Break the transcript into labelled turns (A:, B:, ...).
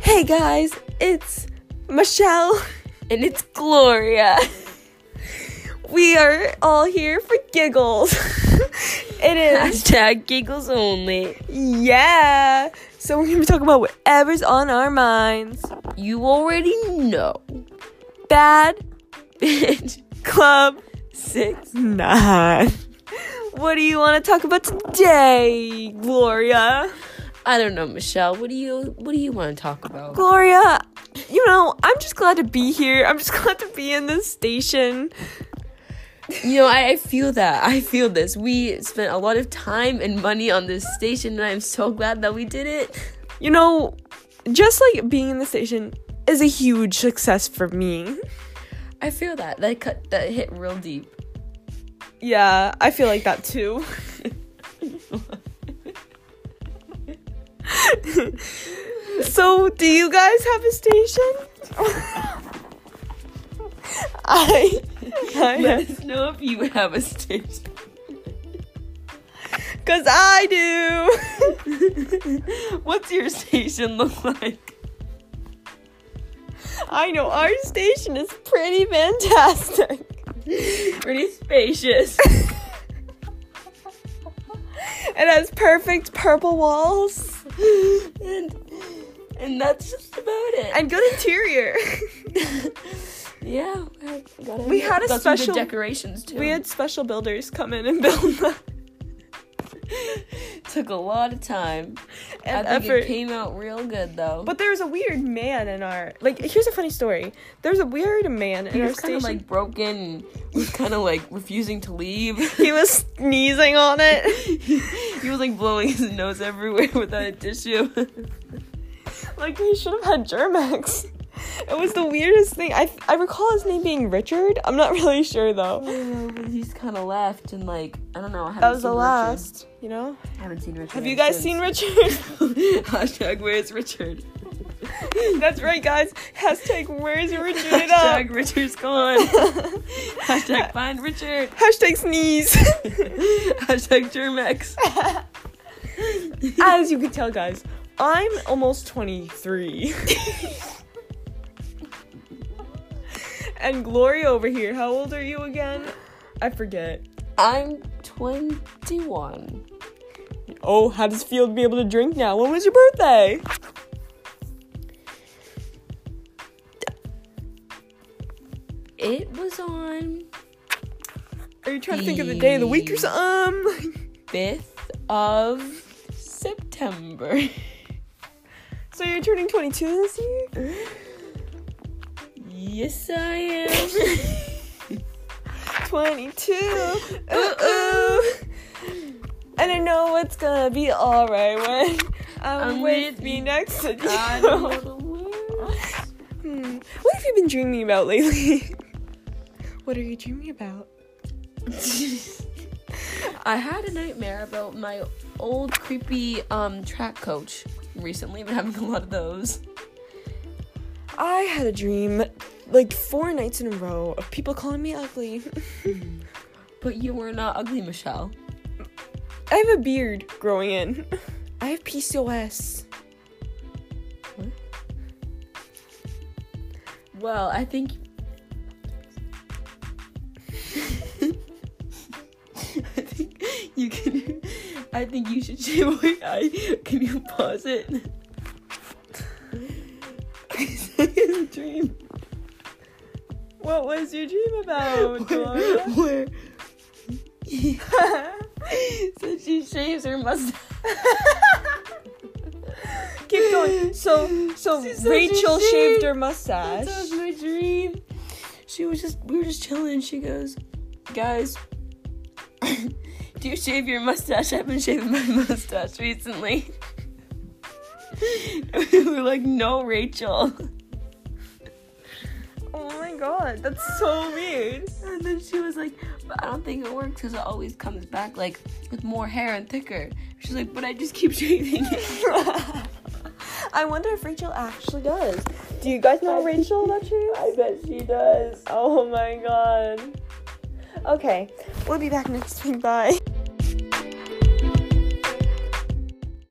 A: Hey guys, it's Michelle
B: And it's Gloria.
A: we are all here for giggles. it is.
B: Hashtag giggles only.
A: Yeah. So we're going to be talking about whatever's on our minds.
B: You already know.
A: Bad
B: Bitch.
A: Club
B: Six.
A: 9. What do you want to talk about today, Gloria?
B: I don't know, Michelle. What do you what do you want to talk about?
A: Gloria, you know, I'm just glad to be here. I'm just glad to be in this station.
B: You know, I, I feel that. I feel this. We spent a lot of time and money on this station and I'm so glad that we did it.
A: You know, just like being in the station is a huge success for me.
B: I feel that. That cut that hit real deep.
A: Yeah, I feel like that too. so, do you guys have a station? I,
B: Let
A: I,
B: us know if you have a station.
A: cause I do.
B: What's your station look like?
A: I know our station is pretty fantastic.
B: Pretty spacious.
A: It has perfect purple walls
B: and and that's just about it.
A: and good interior.
B: yeah, I got it.
A: We had a
B: Got some good
A: special-
B: decorations too.
A: we had special builders come in and build that.
B: took a lot of time.
A: And
B: I think
A: effort.
B: it came out real good though.
A: But there was a weird man in our like. Here's a funny story. There's a weird man in
B: he
A: our
B: was kind
A: station.
B: of like broken and was kind of like refusing to leave.
A: he was sneezing on it.
B: he was like blowing his nose everywhere without a tissue.
A: like he should have had Germex. It was the weirdest thing. I I recall his name being Richard. I'm not really sure though.
B: Oh, but he's kind of left and like I don't know. I haven't
A: That was
B: seen
A: the
B: Richard.
A: last. You know.
B: I haven't seen Richard.
A: Have you guys seen Richard?
B: Richard? Hashtag Where's Richard?
A: That's right, guys. Hashtag Where's Richard? It up.
B: Hashtag Richard's gone. Hashtag Find Richard.
A: Hashtag sneeze.
B: Hashtag Germex.
A: As you can tell, guys, I'm almost 23. and Gloria over here, how old are you again? I forget.
B: I'm 21.
A: Oh, how does Field be able to drink now? When was your birthday?
B: It was on
A: Are you trying to think of the day of the week or something?
B: 5th of September.
A: so you're turning 22 this year?
B: Yes, I am.
A: 22. Ooh, ooh. And I know it's gonna be alright when I'm,
B: I'm
A: with
B: with
A: me
B: you.
A: next to you.
B: I don't know the world.
A: Hmm. What have you been dreaming about lately? what are you dreaming about?
B: I had a nightmare about my old creepy um track coach recently. Been having a lot of those.
A: I had a dream like four nights in a row of people calling me ugly.
B: But you were not ugly, Michelle.
A: I have a beard growing in. I have PCOS.
B: Well, I think. I think you can. I think you should shave away. I can you pause it? I had a dream
A: What was your dream about, Gloria?
B: where, so she shaves her mustache.
A: Keep going. So, so
B: She said she
A: Rachel
B: shaved.
A: shaved her
B: That
A: mustache.
B: was my dream. She was just, we were just chilling. and She goes, guys, do you shave your mustache? I've been shaving my mustache recently. we were like, no, Rachel.
A: Oh my god, that's so weird.
B: And then she was like, but I don't think it works because it always comes back like with more hair and thicker. She's like, but I just keep shaving it.
A: I wonder if Rachel actually does. Do you guys know Rachel that she is?
B: I bet she does.
A: Oh my god. Okay, we'll be back next week. Bye.